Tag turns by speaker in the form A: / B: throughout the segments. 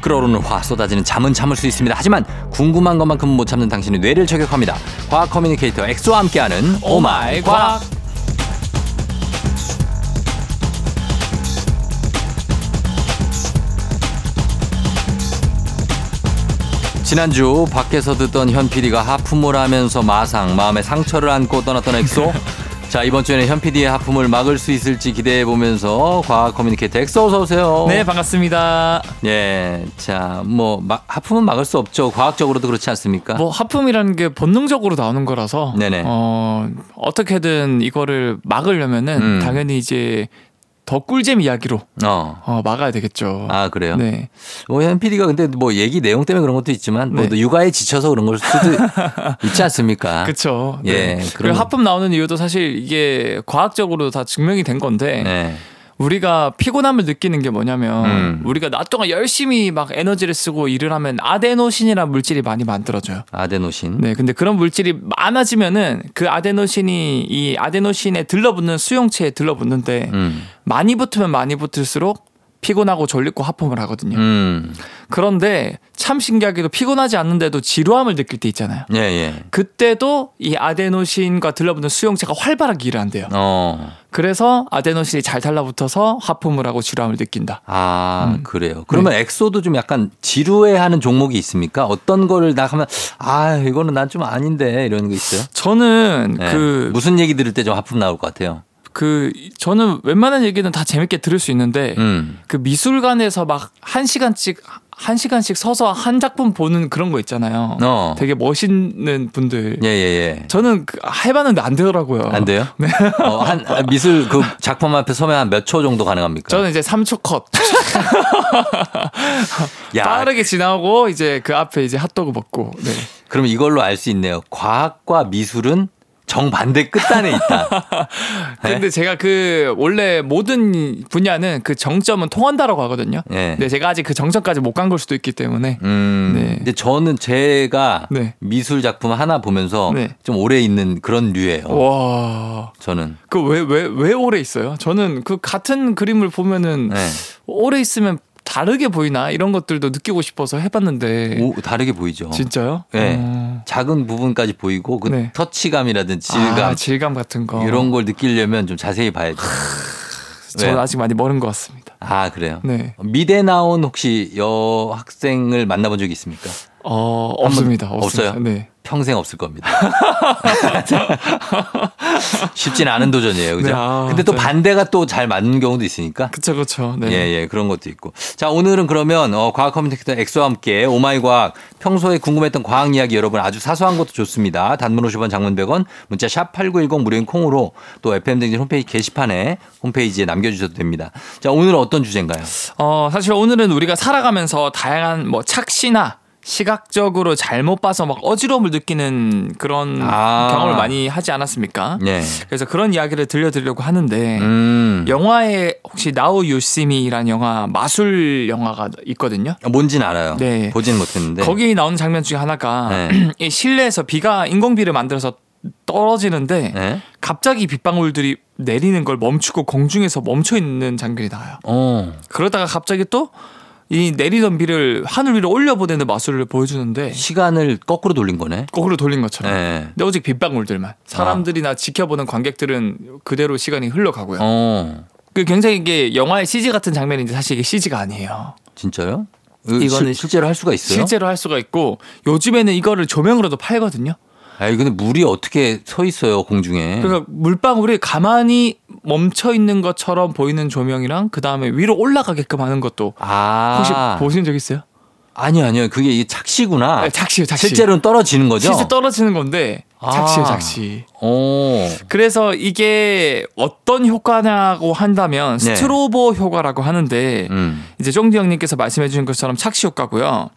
A: 끓어오르는 화 쏟아지는 잠은 참을 수 있습니다. 하지만 궁금한 것만큼 못 참는 당신의 뇌를 저격합니다. 과학 커뮤니케이터 엑소와 함께하는 오마이 과학. 지난주 밖에서 듣던 현 PD가 하품을 하면서 마상 마음에 상처를 안고 떠났던 엑소. 자 이번 주에는 현 PD의 하품을 막을 수 있을지 기대해 보면서 과학 커뮤니케이터 엑소 어서 오세요.
B: 네 반갑습니다.
A: 예, 자, 뭐 마- 하품은 막을 수 없죠. 과학적으로도 그렇지 않습니까?
B: 뭐 하품이라는 게 본능적으로 나오는 거라서
A: 아. 네네.
B: 어 어떻게든 이거를 막으려면은
A: 음.
B: 당연히 이제 더 꿀잼 이야기로
A: 어,
B: 어, 막아야 되겠죠.
A: 아 그래요.
B: 네.
A: 오현 PD가 근데 뭐 얘기 내용 때문에 그런 것도 있지만 뭐
B: 네.
A: 또 육아에 지쳐서 그런 걸 수도 있지 않습니까?
B: 그렇죠.
A: 예,
B: 그리고
A: 그럼-
B: 하품 나오는 이유도 사실 이게 과학적으로 다 증명이 된 건데
A: 네.
B: 우리가 피곤함을 느끼는 게 뭐냐면
A: 음.
B: 우리가 낮 동안 열심히 막 에너지를 쓰고 일을 하면 아데노신이라는 물질이 많이 만들어져요.
A: 아데노신.
B: 네, 근데 그런 물질이 많아지면은 그 아데노신이 이 아데노신에 들러붙는 수용체에 들러붙는데
A: 음.
B: 많이 붙으면 많이 붙을수록 피곤하고 졸리고 하품을 하거든요.
A: 음.
B: 그런데 참 신기하게도 피곤하지 않는데도 지루함을 느낄 때 있잖아요.
A: 예, 예.
B: 그때도 이 아데노신과 들러붙는 수용체가 활발하게 일을 한대요.
A: 어.
B: 그래서 아데노신이 잘 달라붙어서 하품을 하고 지루함을 느낀다.
A: 아,
B: 음.
A: 그래요. 그러면 엑소도 좀 약간 지루해 하는 종목이 있습니까? 어떤 거를 나 하면 아, 이거는 난 좀 아닌데 이런 거 있어요?
B: 저는
A: 예.
B: 그,
A: 무슨 얘기 들을 때 좀 하품 나올 것 같아요.
B: 그, 저는 웬만한 얘기는 다 재밌게 들을 수 있는데,
A: 음.
B: 그 미술관에서 막 한 시간씩 한 시간씩 서서 한 작품 보는 그런 거 있잖아요.
A: 어.
B: 되게 멋있는 분들.
A: 예, 예, 예.
B: 저는 그 해봤는데 안 되더라고요.
A: 안 돼요?
B: 네.
A: 어, 한 아, 미술 그 작품 앞에 서면 한 몇 초 정도 가능합니까?
B: 저는 이제 3초 컷
A: 야,
B: 빠르게 지나고 이제 그 앞에 이제 핫도그 먹고 네.
A: 그럼 이걸로 알 수 있네요. 과학과 미술은 정반대 끝단에 있다. 예?
B: 근데 제가 그 원래 모든 분야는 그 정점은 통한다라고 하거든요.
A: 예.
B: 근데 제가 아직 그 정점까지 못 간 걸 수도 있기 때문에
A: 음.
B: 네.
A: 근데 저는 제가
B: 네.
A: 미술 작품 하나 보면서
B: 네. 어.
A: 좀 오래 있는 그런 류예요.
B: 와.
A: 저는.
B: 그 왜 왜 왜 오래 있어요? 저는 그 같은 그림을 보면은
A: 네.
B: 오래 있으면 다르게 보이나 이런 것들도 느끼고 싶어서 해봤는데
A: 오, 다르게 보이죠.
B: 네. 진짜요?
A: 네.
B: 어.
A: 작은 부분까지 보이고 그
B: 네.
A: 터치감이라든지 질감
B: 아, 질감 같은 거.
A: 이런 걸 느끼려면 좀 자세히 봐야죠.
B: 저는
A: 네.
B: 아직 많이 멀은 것 같습니다.
A: 아 그래요.
B: 네.
A: 미대 나온 혹시 여학생을 만나본 적이 있습니까?
B: 어 없습니다. 없습니다.
A: 없어요?
B: 네.
A: 평생 없을 겁니다. 쉽진 않은 도전이에요. 그죠?
B: 네, 아,
A: 근데 또
B: 맞아요.
A: 반대가 또 잘 맞는 경우도 있으니까.
B: 그쵸 그쵸. 네.
A: 예, 예, 그런 것도 있고. 자, 오늘은 그러면, 어, 과학 커뮤니케이터 엑소와 함께 오마이 과학, 평소에 궁금했던 과학 이야기 여러분 아주 사소한 것도 좋습니다. 단문 50원, 장문 100원, 문자 샵 8910 무료인 콩으로 또 FM등진 홈페이지 게시판에 홈페이지에 남겨주셔도 됩니다. 자, 오늘은 어떤 주제인가요?
B: 어 사실 오늘은 우리가 살아가면서 다양한 뭐 착시나 시각적으로 잘못 봐서 막 어지러움을 느끼는 그런
A: 아.
B: 경험을 많이 하지 않았습니까?
A: 예.
B: 그래서 그런 이야기를 들려드리려고 하는데
A: 음.
B: 영화에 혹시 나우 유시미라는 영화 마술 영화가 있거든요.
A: 뭔진 알아요.
B: 네.
A: 보진 못했는데.
B: 거기 나오는 장면 중에 하나가
A: 네.
B: 이 실내에서 비가 인공비를 만들어서 떨어지는데
A: 예?
B: 갑자기 빗방울들이 내리는 걸 멈추고 공중에서 멈춰 있는 장면이 나와요.
A: 어.
B: 그러다가 갑자기 또 이 내리던 비를 하늘 위로 올려보내는 마술을 보여주는데
A: 시간을 거꾸로 돌린 거네. 아.
B: 거꾸로 돌린 것처럼.
A: 예.
B: 근데 오직 빗방울들만 사람들이나 지켜보는 관객들은 그대로 시간이 흘러가고요.
A: 어.
B: 그 굉장히 이게 영화의 CG 같은 장면인데 사실 이게 CG가 아니에요.
A: 진짜요?
B: 이거는
A: 이거는 실제로 할 수가 있어요?
B: 실제로 할 수가 있고 요즘에는 이거를 조명으로도 팔거든요.
A: 아, 근데 물이 어떻게 서 있어요, 공중에?
B: 그러니까 물방울이 가만히 멈춰 있는 것처럼 보이는 조명이랑 그 다음에 위로 올라가게끔 하는 것도 혹시
A: 아.
B: 보신 적 있어요?
A: 아니요, 아니요. 그게 이게 착시구나.
B: 네, 착시요, 착시.
A: 실제로는 떨어지는 거죠?
B: 실제 떨어지는 건데
A: 아.
B: 착시예요, 착시.
A: 오.
B: 그래서 이게 어떤 효과냐고 한다면
A: 네.
B: 스트로보 효과라고 하는데
A: 음.
B: 이제 쫑디 형님께서 말씀해 주신 것처럼 착시 효과고요.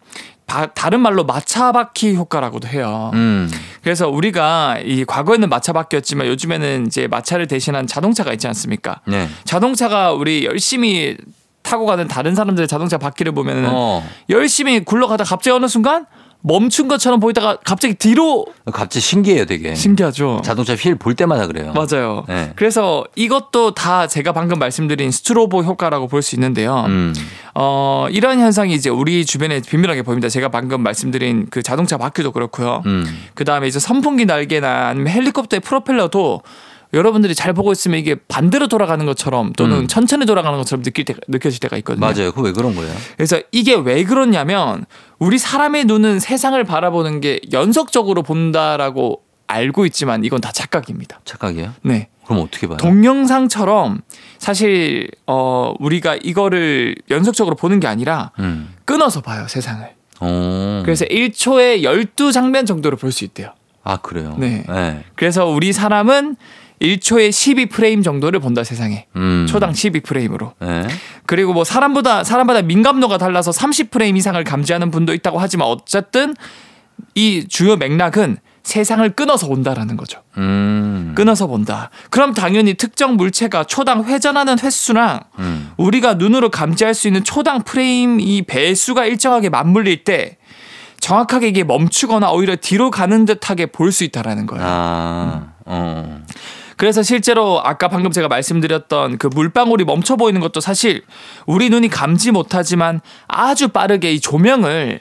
B: 바- 다른 말로 마차바퀴 효과라고도 해요.
A: 음.
B: 그래서 우리가 이 과거에는 마차바퀴였지만 요즘에는 이제 마차를 대신한 자동차가 있지 않습니까?
A: 네.
B: 자동차가 우리 열심히 타고 가는 다른 사람들의 자동차 바퀴를 보면은
A: 어.
B: 열심히 굴러가다 갑자기 어느 순간 멈춘 것처럼 보이다가 갑자기 뒤로
A: 갑자기 신기해요, 되게.
B: 신기하죠.
A: 네. 자동차 휠 볼 때마다 그래요.
B: 맞아요.
A: 네.
B: 그래서 이것도 다 제가 방금 말씀드린 스트로보 효과라고 볼 수 있는데요.
A: 음.
B: 어, 이런 현상이 이제 우리 주변에 빈밀하게 보입니다. 제가 방금 말씀드린 그 자동차 바퀴도 그렇고요.
A: 음.
B: 그 다음에 이제 선풍기 날개나 아니면 헬리콥터의 프로펠러도 여러분들이 잘 보고 있으면 이게 반대로 돌아가는 것처럼 또는
A: 음.
B: 천천히 돌아가는 것처럼 느낄 때, 느껴질 때가 있거든요.
A: 맞아요. 그 왜 그런 거예요?
B: 그래서 이게 왜 그러냐면 우리 사람의 눈은 세상을 바라보는 게 연속적으로 본다라고 알고 있지만 이건 다 착각입니다.
A: 착각이에요?
B: 네.
A: 그럼 어떻게 봐요?
B: 동영상처럼 사실 어 우리가 이거를 연속적으로 보는 게 아니라
A: 음.
B: 끊어서 봐요, 세상을.
A: 어.
B: 그래서 1초에 12장면 정도를 볼 수 있대요.
A: 아, 그래요.
B: 네. 그래서 우리 사람은 1초에 12프레임 정도를 본다 세상에.
A: 음.
B: 초당 12프레임으로.
A: 네.
B: 그리고 뭐 사람보다 사람마다 민감도가 달라서 30프레임 이상을 감지하는 분도 있다고 하지만 어쨌든 이 주요 맥락은 세상을 끊어서 본다라는 거죠.
A: 음.
B: 끊어서 본다. 그럼 당연히 특정 물체가 초당 회전하는 횟수랑
A: 음.
B: 우리가 눈으로 감지할 수 있는 초당 프레임 이 배수가 일정하게 맞물릴 때 정확하게 이게 멈추거나 오히려 뒤로 가는 듯하게 볼 수 있다라는 거예요.
A: 아. 어.
B: 그래서 실제로 아까 방금 제가 말씀드렸던 그 물방울이 멈춰 보이는 것도 사실 우리 눈이 감지 못하지만 아주 빠르게 이 조명을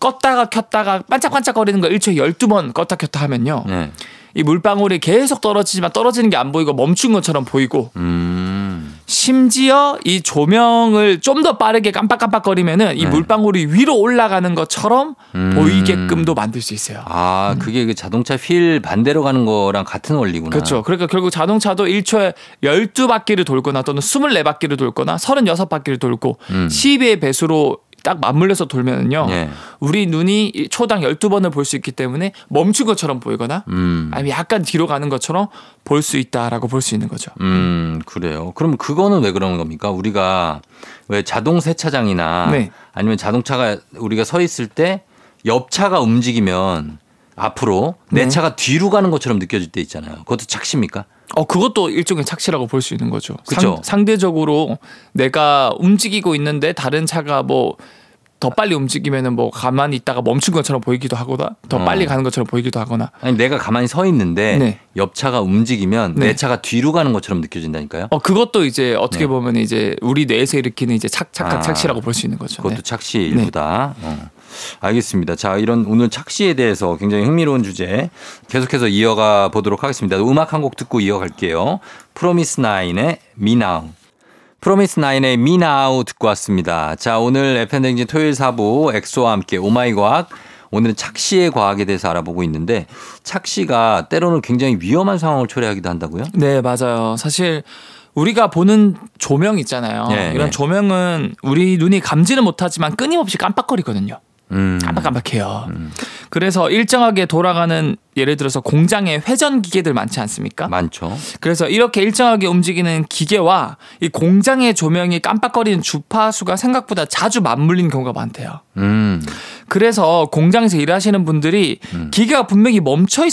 B: 껐다가 켰다가 반짝반짝거리는 거 1초에 12번 껐다 켰다 하면요.
A: 네.
B: 이 물방울이 계속 떨어지지만 떨어지는 게 안 보이고 멈춘 것처럼 보이고
A: 음.
B: 심지어 이 조명을 좀 더 빠르게 깜빡깜빡거리면은 이
A: 네.
B: 물방울이 위로 올라가는 것처럼
A: 음.
B: 보이게끔도 만들 수 있어요.
A: 아, 그게 그 자동차 휠 반대로 가는 거랑 같은 원리구나.
B: 그렇죠. 그러니까 결국 자동차도 1초에 12바퀴를 돌거나 또는 24바퀴를 돌거나 36바퀴를 돌고
A: 음.
B: 12의 배수로 딱 맞물려서 돌면은요.
A: 예.
B: 우리 눈이 이 초당 12번을 볼 수 있기 때문에 멈춘 것처럼 보이거나
A: 음.
B: 아니면 약간 뒤로 가는 것처럼 볼 수 있다라고 볼 수 있는 거죠.
A: 음, 그래요. 그럼 그거는 왜 그런 겁니까? 우리가 왜 자동 세차장이나
B: 네.
A: 아니면 자동차가 우리가 서 있을 때 옆차가 움직이면 앞으로
B: 네.
A: 내 차가 뒤로 가는 것처럼 느껴질 때 있잖아요. 그것도 착시입니까?
B: 어 그것도 일종의 착시라고 볼 수 있는 거죠.
A: 그쵸.
B: 상, 대적으로 내가 움직이고 있는데 다른 차가 뭐 더 빨리 움직이면은 뭐 가만히 있다가 멈춘 것처럼 보이기도 하거나 더
A: 어.
B: 빨리 가는 것처럼 보이기도 하거나
A: 아니 내가 가만히 서 있는데
B: 네.
A: 옆차가 움직이면
B: 네.
A: 내 차가 뒤로 가는 것처럼 느껴진다니까요.
B: 어 그것도 이제 어떻게
A: 네.
B: 보면 이제 우리 뇌에서 일으키는 이제 착착각
A: 아.
B: 착시라고 볼 수 있는 거죠.
A: 그것도
B: 네.
A: 착시 일부다. 어. 알겠습니다. 자, 이런 오늘 착시에 대해서 굉장히 흥미로운 주제 계속해서 이어가 보도록 하겠습니다. 음악 한 곡 듣고 이어갈게요. 프로미스 나인의 미나우. 프로미스 나인의 미나우 듣고 왔습니다. 자, 오늘 FN댕진 토요일 사부 엑소와 함께 오마이 과학. 오늘은 착시의 과학에 대해서 알아보고 있는데 착시가 때로는 굉장히 위험한 상황을 초래하기도 한다고요?
B: 네 맞아요. 사실 우리가 보는 조명 있잖아요.
A: 네,
B: 이런
A: 네.
B: 조명은 우리 눈이 감지는 못하지만 끊임없이 깜빡거리거든요.
A: 음.
B: 깜빡깜빡해요. 그래서 일정하게 돌아가는 예를 들어서 공장에 회전 기계들 많지 않습니까?
A: 많죠.
B: 그래서 이렇게 일정하게 움직이는 기계와 이 공장의 조명이 깜빡거리는 주파수가 생각보다 자주 맞물린 경우가 많대요.
A: 음.
B: 그래서 공장에서 일하시는 분들이 기계가 분명히 멈춰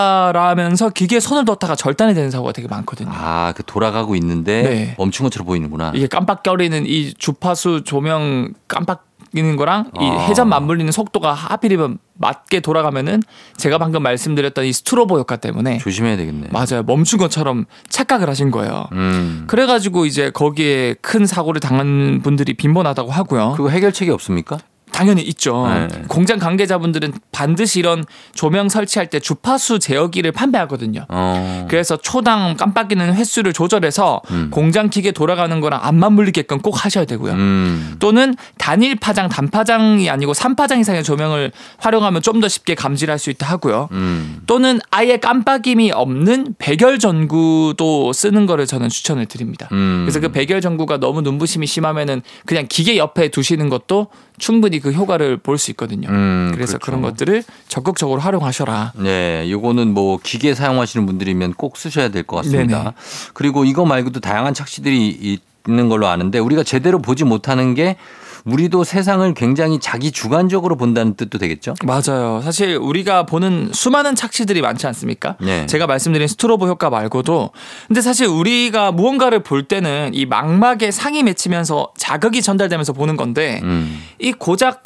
B: 있었다라면서 기계에 손을 넣다가 절단이 되는 사고가 되게 많거든요.
A: 아, 그 돌아가고 있는데
B: 네. 예.
A: 멈춘 것처럼 보이는구나.
B: 이게 깜빡거리는 이 주파수 조명 깜빡이는 거랑 이
A: 아.
B: 회전 맞물리는 속도가 하필이면 맞게 돌아가면은 제가 방금 말씀드렸던 이 스트로보 효과 때문에
A: 조심해야 되겠네.
B: 맞아요 멈춘 것처럼 착각을 하신 거예요.
A: 음.
B: 그래가지고 이제 거기에 큰 사고를 당한 분들이 빈번하다고 하고요.
A: 그거 해결책이 없습니까?
B: 당연히 있죠.
A: 네.
B: 공장 관계자분들은 반드시 이런 조명 설치할 때 주파수 제어기를 판매하거든요.
A: 어.
B: 그래서 초당 깜빡이는 횟수를 조절해서
A: 음.
B: 공장 기계 돌아가는 거랑 안 맞물리게끔 꼭 하셔야 되고요.
A: 음.
B: 또는 단일 파장, 단파장이 아니고 삼파장 이상의 조명을 활용하면 좀 더 쉽게 감지를 할 수 있다 하고요.
A: 음.
B: 또는 아예 깜빡임이 없는 백열 전구도 쓰는 거를 저는 추천을 드립니다.
A: 음.
B: 그래서 그 백열 전구가 너무 눈부심이 심하면은 그냥 기계 옆에 두시는 것도 충분히 그 효과를 볼 수 있거든요.
A: 음,
B: 그래서
A: 그렇죠.
B: 그런 것들을 적극적으로 활용하셔라.
A: 네, 이거는 뭐 기계 사용하시는 분들이면 꼭 쓰셔야 될 것 같습니다.
B: 네네.
A: 그리고 이거 말고도 다양한 착시들이 있는 걸로 아는데 우리가 제대로 보지 못하는 게 우리도 세상을 굉장히 자기 주관적으로 본다는 뜻도 되겠죠?
B: 맞아요. 사실 우리가 보는 수많은 착시들이 많지 않습니까?
A: 네.
B: 제가 말씀드린 스트로보 효과 말고도 근데 사실 우리가 무언가를 볼 때는 이 망막에 상이 맺히면서 자극이 전달되면서 보는 건데
A: 음.
B: 이 고작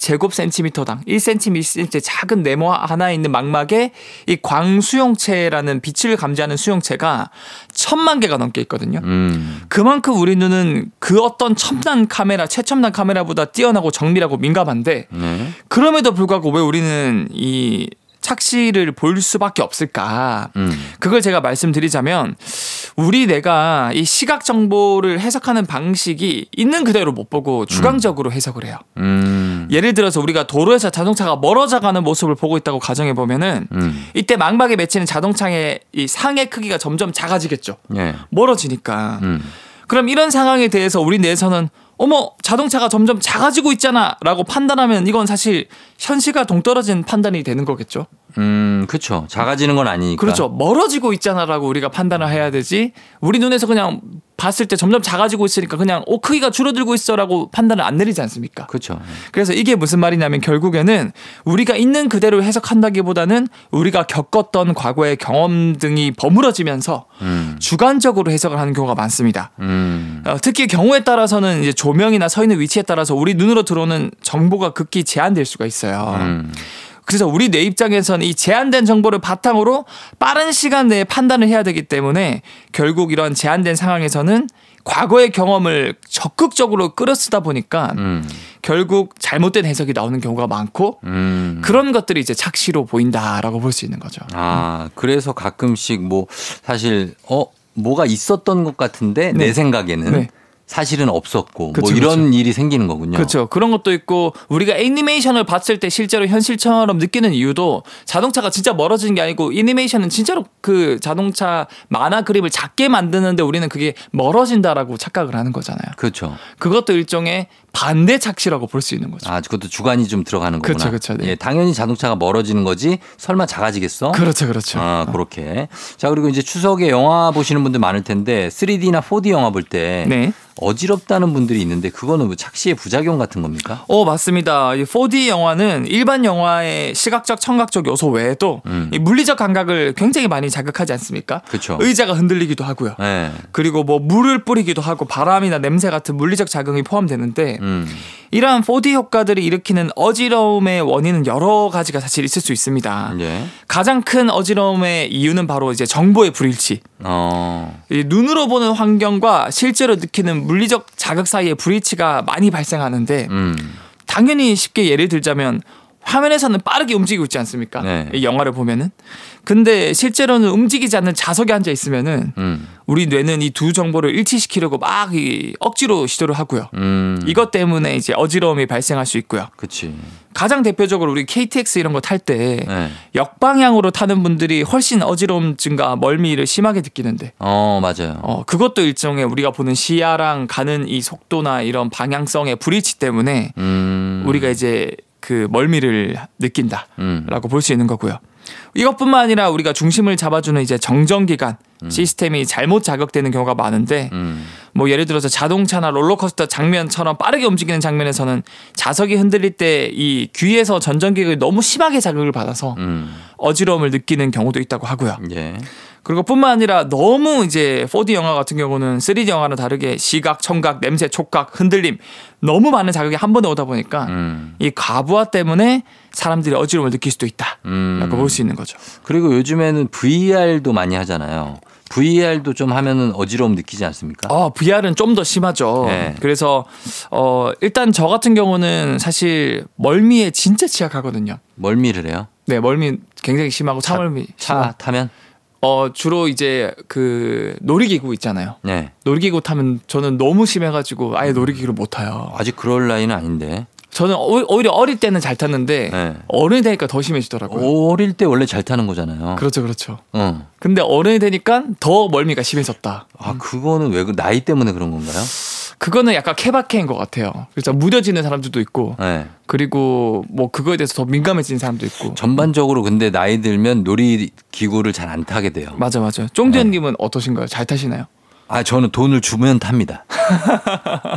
B: 1제곱센티미터당 1cm, 1cm의 작은 네모 하나에 있는 망막에 이 광수용체라는 빛을 감지하는 수용체가 천만 개가 넘게 있거든요.
A: 음.
B: 그만큼 우리 눈은 그 어떤 첨단 카메라, 최첨단 카메라보다 뛰어나고 정밀하고 민감한데
A: 네.
B: 그럼에도 불구하고 왜 우리는 이 착시를 볼 수밖에 없을까?
A: 음.
B: 그걸 제가 말씀드리자면 우리 뇌가 이 시각 정보를 해석하는 방식이 있는 그대로 못 보고 주관적으로 해석을 해요.
A: 음.
B: 예를 들어서 우리가 도로에서 자동차가 멀어져 가는 모습을 보고 있다고 가정해 보면은
A: 음.
B: 이때 망막에 맺히는 자동차의 이 상의 크기가 점점 작아지겠죠.
A: 예.
B: 멀어지니까.
A: 음.
B: 그럼 이런 상황에 대해서 우리 뇌에서는 어머 자동차가 점점 작아지고 있잖아라고 판단하면 이건 사실 현실과 동떨어진 판단이 되는 거겠죠.
A: 음. 그렇죠. 작아지는 건 아니니까.
B: 그렇죠. 멀어지고 있잖아라고 우리가 판단을 해야 되지. 우리 눈에서 그냥 봤을 때 점점 작아지고 있으니까 그냥 어 크기가 줄어들고 있어라고 판단을 안 내리지 않습니까?
A: 그렇죠.
B: 그래서 이게 무슨 말이냐면 결국에는 우리가 있는 그대로 해석한다기보다는 우리가 겪었던 과거의 경험 등이 버무려지면서
A: 음.
B: 주관적으로 해석을 하는 경우가 많습니다.
A: 음.
B: 어, 특히 경우에 따라서는 이제 조명이나 서 있는 위치에 따라서 우리 눈으로 들어오는 정보가 극히 제한될 수가 있어요.
A: 음.
B: 그래서 우리 뇌 입장에선 이 제한된 정보를 바탕으로 빠른 시간 내에 판단을 해야 되기 때문에 결국 이런 제한된 상황에서는 과거의 경험을 적극적으로 끌어쓰다 보니까
A: 음.
B: 결국 잘못된 해석이 나오는 경우가 많고
A: 음.
B: 그런 것들이 이제 착시로 보인다라고 볼 수 있는 거죠.
A: 아, 그래서 가끔씩 뭐 사실 어 뭐가 있었던 것 같은데
B: 네.
A: 내 생각에는
B: 네.
A: 사실은 없었고
B: 그쵸,
A: 뭐 이런 일이 생기는 거군요.
B: 그렇죠. 그런 것도 있고 우리가 애니메이션을 봤을 때 실제로 현실처럼 느끼는 이유도 자동차가 진짜 멀어지는 게 아니고 애니메이션은 진짜로 그 자동차 만화 그림을 작게 만드는데 우리는 그게 멀어진다라고 착각을 하는 거잖아요.
A: 그렇죠.
B: 그것도 일종의 반대 착시라고 볼 수 있는 거죠.
A: 아, 그것도 주관이 좀 들어가는 거구나.
B: 그쵸, 그쵸, 네.
A: 예, 당연히 자동차가 멀어지는 거지. 설마 작아지겠어?
B: 그렇죠, 그렇죠.
A: 아, 그렇게. 자, 그리고 이제 추석에 영화 보시는 분들 많을 텐데 3D나 4D 영화 볼 때
B: 네.
A: 어지럽다는 분들이 있는데 그거는 뭐 착시의 부작용 같은 겁니까?
B: 어 맞습니다. 이 4D 영화는 일반 영화의 시각적, 청각적 요소 외에도 이 물리적 감각을 굉장히 많이 자극하지 않습니까?
A: 음. 그쵸.
B: 의자가 흔들리기도 하고요.
A: 예.
B: 그리고 뭐 물을 뿌리기도 하고 바람이나 냄새 같은 물리적 작용이 포함되는데
A: 음.
B: 이러한 4D 효과들이 일으키는 어지러움의 원인은 여러 가지가 사실 있을 수 있습니다.
A: 예.
B: 가장 큰 어지러움의 이유는 바로 이제 정보의 불일치.
A: 어.
B: 이 눈으로 보는 환경과 실제로 느끼는 물리적 자극 사이의 불일치가 많이 발생하는데
A: 음.
B: 당연히 쉽게 예를 들자면 화면에서는 빠르게 움직이고 있지 않습니까?
A: 네.
B: 이 영화를 보면은. 근데 실제로는 움직이지 않는 좌석에 앉아 있으면은
A: 음.
B: 우리 뇌는 이 두 정보를 일치시키려고 막 이 억지로 시도를 하고요.
A: 음.
B: 이것 때문에 이제 어지러움이 발생할 수 있고요.
A: 그치.
B: 가장 대표적으로 우리 KTX 이런 거 탈 때
A: 예.
B: 역방향으로 타는 분들이 훨씬 어지러움증과 멀미를 심하게 느끼는데
A: 어, 맞아요.
B: 어, 그것도 일종의 우리가 보는 시야랑 가는 이 속도나 이런 방향성의 불일치 때문에
A: 음.
B: 우리가 이제 그 멀미를 느낀다.
A: 음.
B: 라고 볼 수 있는 거고요. 이것뿐만 아니라 우리가 중심을 잡아주는 이제 정전기관 시스템이 잘못 자극되는 경우가 많은데
A: 음.
B: 뭐 예를 들어서 자동차나 롤러코스터 장면처럼 빠르게 움직이는 장면에서는 좌석이 흔들릴 때 이 귀에서 전전기를 너무 심하게 자극을 받아서
A: 음.
B: 어지러움을 느끼는 경우도 있다고 하고요.
A: 예.
B: 그리고 뿐만 아니라 너무 이제 4D 영화 같은 경우는 3D 영화랑 다르게 시각, 청각, 냄새, 촉각, 흔들림 너무 많은 자극이 한 번에 오다 보니까
A: 음.
B: 이 과부하 때문에 사람들이 어지러움을 느낄 수도 있다.
A: 음.
B: 라고 볼 수 있는 거죠.
A: 그리고 요즘에는 VR도 많이 하잖아요. VR도 좀 하면은 어지러움 느끼지 않습니까?
B: 아, VR은 좀 더 심하죠.
A: 네.
B: 그래서 어, 일단 저 같은 경우는 사실 멀미에 진짜 취약하거든요.
A: 멀미를 해요.
B: 네, 멀미 굉장히 심하고 차멀미.
A: 차 타면?
B: 어, 주로 이제 그 놀이기구 있잖아요.
A: 네.
B: 놀이기구 타면 저는 너무 심해가지고 아예 놀이기구를 못 타요.
A: 아직 그럴 나이는 아닌데.
B: 저는 오- 오히려 어릴 때는 잘 탔는데
A: 네.
B: 어른이 되니까 더 심해지더라고요.
A: 어릴 때 원래 잘 타는 거잖아요.
B: 그렇죠, 그렇죠.
A: 어.
B: 근데 어른이 되니까 더 멀미가 심해졌다.
A: 음. 아, 그거는 왜, 그 나이 때문에 그런 건가요?
B: 그거는 약간 케바케인 것 같아요. 그래서 무뎌지는 사람들도 있고
A: 네.
B: 그리고 뭐 그거에 대해서 더 민감해진 사람도 있고.
A: 전반적으로 근데 나이 들면 놀이 기구를 잘 안 타게 돼요.
B: 맞아 맞아.
A: 네.
B: 쫑디언님은 어떠신가요? 잘 타시나요?
A: 아 저는 돈을 주면 탑니다.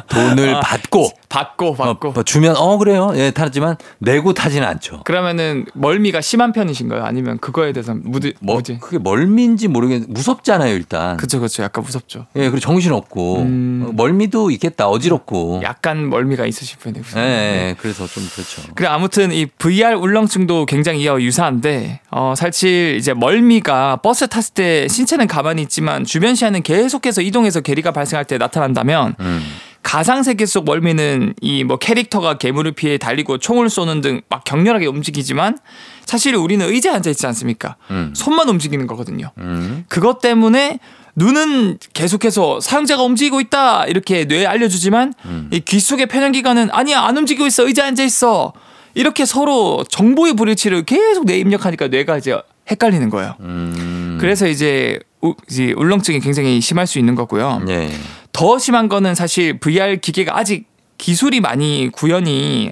A: 돈을 받고
B: 받고
A: 어,
B: 받고.
A: 뭐 주면 어 그래요 예 타지만 내고 타지는 않죠.
B: 그러면은 멀미가 심한 편이신가요? 아니면 그거에 대해서 무디
A: 뭐
B: 뭐지?
A: 그게 멀미인지 모르겠는데 무섭잖아요 일단.
B: 그쵸 그쵸. 약간 무섭죠.
A: 예 그리고 정신 없고
B: 음.
A: 어, 멀미도 있겠다 어지럽고.
B: 약간 멀미가 있으신
A: 예,
B: 편이고요.
A: 예 그래서 좀 그렇죠.
B: 그래 아무튼 이 VR 울렁증도 굉장히 이와 유사한데 어 사실 이제 멀미가 버스 탔을 때 신체는 가만히 있지만 주변 시야는 계속해서 이동해서 괴리가 발생할 때 나타난다면
A: 음.
B: 가상 세계 속 멀미는 이 뭐 캐릭터가 괴물을 피해 달리고 총을 쏘는 등 막 격렬하게 움직이지만 사실 우리는 의자에 앉아 있지 않습니까?
A: 음.
B: 손만 움직이는 거거든요.
A: 음.
B: 그것 때문에 눈은 계속해서 사용자가 움직이고 있다 이렇게 뇌에 알려주지만
A: 음.
B: 이 귀 속의 편향기관은 아니야 안 움직이고 있어 의자에 앉아 있어 이렇게 서로 정보의 불일치를 계속 뇌에 입력하니까 뇌가 이제 헷갈리는 거예요.
A: 음.
B: 그래서 이제, 우, 이제 울렁증이 굉장히 심할 수 있는 거고요.
A: 예.
B: 더 심한 거는 사실 VR 기계가 아직 기술이 많이 구현이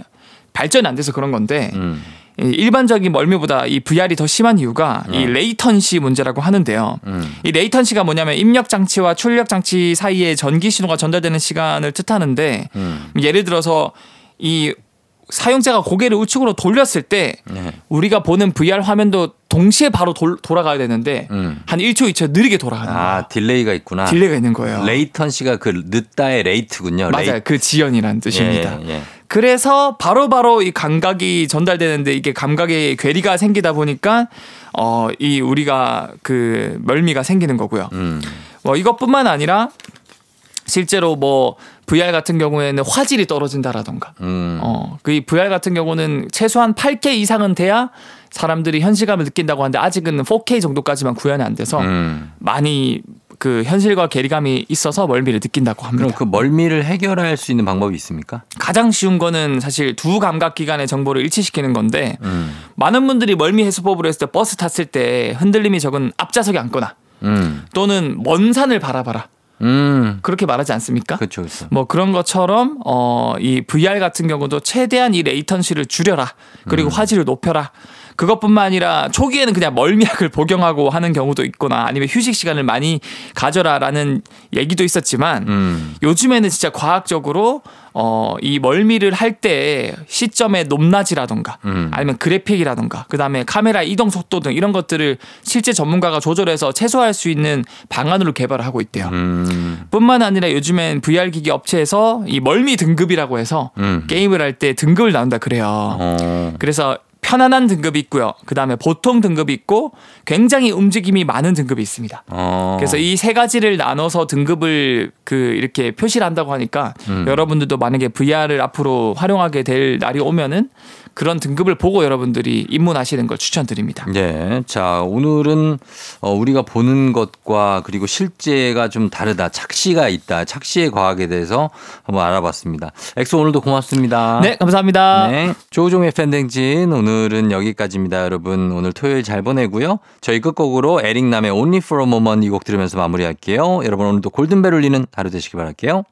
B: 발전이 안 돼서 그런 건데
A: 음.
B: 이 일반적인 멀미보다 이 VR이 더 심한 이유가 이 레이턴시 문제라고 하는데요.
A: 음.
B: 이 레이턴시가 뭐냐면 입력 장치와 출력 장치 사이에 전기 신호가 전달되는 시간을 뜻하는데
A: 음.
B: 예를 들어서 이 사용자가 고개를 우측으로 돌렸을 때
A: 예.
B: 우리가 보는 VR 화면도 동시에 바로 돌, 돌아가야 되는데
A: 음.
B: 한 1초 2초 느리게 돌아가는
A: 아 딜레이가 있구나.
B: 음. 딜레이가 있는 거예요.
A: 레이턴시가 그 늦다의 어, 레이트군요.
B: 맞아요.
A: 레이-
B: 그 지연이라는 뜻입니다.
A: 예, 예.
B: 그래서 바로바로 이 감각이 전달되는데 이게 감각의 괴리가 생기다 보니까 어, 이 우리가 그 멀미가 생기는 거고요.
A: 음.
B: 뭐 이것뿐만 아니라 실제로 뭐 VR 같은 경우에는 화질이 떨어진다라던가
A: 음.
B: 어, 그 이 VR 같은 경우는 최소한 8K 이상은 돼야 사람들이 현실감을 느낀다고 하는데 아직은 4K 정도까지만 구현이 안 돼서
A: 음.
B: 많이 그 현실과 괴리감이 있어서 멀미를 느낀다고 합니다.
A: 그럼 그 멀미를 해결할 수 있는 방법이 있습니까?
B: 가장 쉬운 거는 사실 두 감각 기관의 정보를 일치시키는 건데
A: 음.
B: 많은 분들이 멀미 해소법으로 했을 때 버스 탔을 때 흔들림이 적은 앞좌석에 앉거나
A: 음.
B: 또는 먼 산을 바라봐라
A: 음.
B: 그렇게 말하지 않습니까?
A: 그렇죠. 그렇죠.
B: 뭐 그런 것처럼 어 이 VR 같은 경우도 최대한 이 레이턴시를 줄여라 그리고
A: 음.
B: 화질을 높여라 그것뿐만 아니라 초기에는 그냥 멀미약을 복용하고 하는 경우도 있거나 아니면 휴식 시간을 많이 가져라라는 얘기도 있었지만
A: 음.
B: 요즘에는 진짜 과학적으로 어, 이 멀미를 할 때 시점의 높낮이라던가
A: 음.
B: 아니면 그래픽이라던가 그다음에 카메라 이동 속도 등 이런 것들을 실제 전문가가 조절해서 최소화할 수 있는 방안으로 개발을 하고 있대요.
A: 음.
B: 뿐만 아니라 요즘엔 VR 기기 업체에서 이 멀미 등급이라고 해서
A: 음.
B: 게임을 할 때 등급을 나눈다 그래요.
A: 어.
B: 그래서 편안한 등급이 있고요. 그다음에 보통 등급이 있고 굉장히 움직임이 많은 등급이 있습니다.
A: 어.
B: 그래서 이 세 가지를 나눠서 등급을 그 이렇게 표시를 한다고 하니까
A: 음.
B: 여러분들도 만약에 VR을 앞으로 활용하게 될 날이 오면은 그런 등급을 보고 여러분들이 입문하시는 걸 추천드립니다.
A: 예. 자, 오늘은 어, 우리가 보는 것과 그리고 실제가 좀 다르다. 착시가 있다. 착시의 과학에 대해서 한번 알아봤습니다. 엑소 오늘도 고맙습니다.
B: 네, 감사합니다.
A: 네. 조종의 팬댕진 오늘은 여기까지입니다. 여러분 오늘 토요일 잘 보내고요. 저희 끝곡으로 에릭남의 Only for a Moment 이 곡 들으면서 마무리할게요. 여러분 오늘도 골든벨 울리는 하루 되시길 바랄게요.